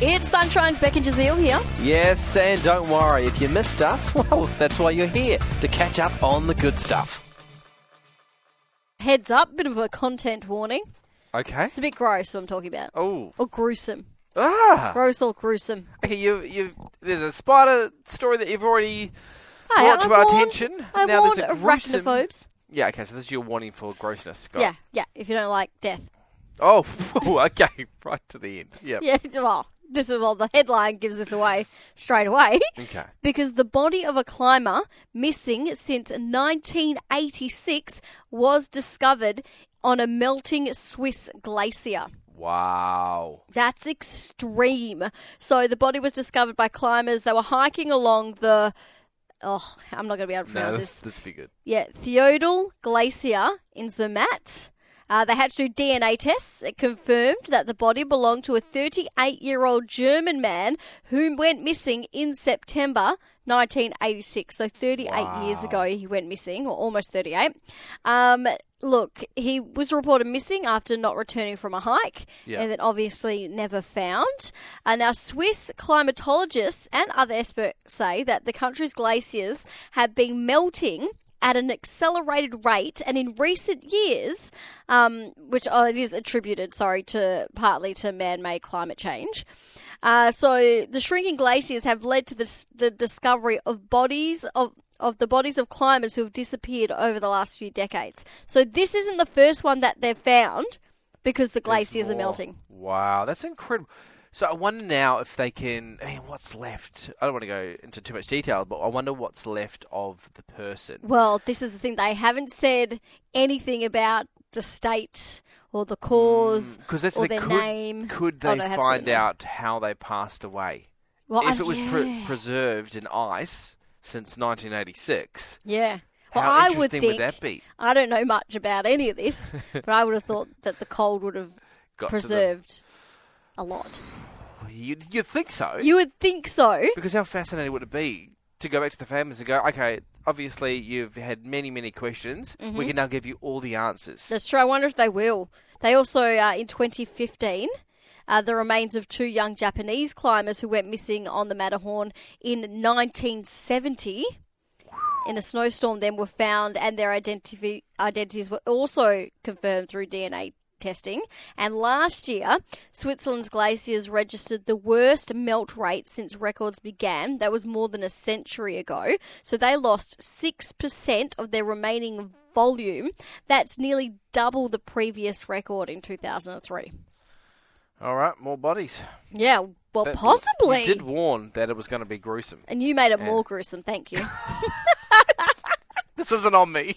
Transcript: It's Sunshine's Becky Jazeel here. Yes, and don't worry, if you missed us, well, that's why you're here, to catch up on the good stuff. Heads up, bit of a content warning. Okay. It's a bit gross what I'm talking about. Oh. Or gruesome. Ah! Gross or gruesome. Okay, you, you, there's a spider story that you've already. Hi, Brought to I our warned- attention. I Now warned there's a gruesome- Oh. arachnophobes. Yeah, okay, so this is your warning for grossness. Got it. Yeah, yeah, if you don't like death. Oh, okay, right to the end. Yep. Yeah, well, this is well, the headline gives this away straight away. Okay. Because the body of a climber missing since 1986 was discovered on a melting Swiss glacier. Wow. That's extreme. So the body was discovered by climbers. They were hiking along the. Oh, I'm not going to be able to No, pronounce this. that's, that's be good. Yeah, Theodal Glacier in Zermatt. Uh, they had to do DNA tests. It confirmed that the body belonged to a 38 year old German man who went missing in September 1986. So 38 years ago, he went missing, or almost 38. Um, look, he was reported missing after not returning from a hike Yeah. and then obviously never found. Uh, now, Swiss climatologists and other experts say that the country's glaciers have been melting at an accelerated rate, and in recent years, um, which oh, it is attributed, sorry, to partly to man-made climate change. Uh, so the shrinking glaciers have led to the, the discovery of bodies of of the bodies of climbers who have disappeared over the last few decades. So this isn't the first one that they've found because the glaciers are More. melting. Wow, that's incredible. So I wonder now if they can. I mean, what's left? I don't want to go into too much detail, but I wonder what's left of the person. Well, this is the thing. They haven't said anything about the state or the cause. Because that's Or their the Mm. could, name. Could they Oh, no, I have seen find them. out how they passed away? Well, if I- it was yeah. pre- preserved in ice since 1986, yeah. Well, how I interesting would think. would that be? I don't know much about any of this, but I would have thought that the cold would have Got preserved a lot. To the, you, you'd think so. You would think so. Because how fascinating would it be to go back to the families and go, okay, obviously you've had many, many questions. Mm-hmm. We can now give you all the answers. That's true. I wonder if they will. They also, uh, in 2015, uh, the remains of two young Japanese climbers who went missing on the Matterhorn in 1970 in a snowstorm then were found, and their identifi- identities were also confirmed through DNA testing. And last year, Switzerland's glaciers registered the worst melt rate since records began. That was more than a century ago. So they lost 6% of their remaining volume. That's nearly double the previous record in 2003. All right, more bodies. Yeah, well, That- possibly. You did warn that it was going to be gruesome. And you made it more gruesome, thank you. This isn't on me.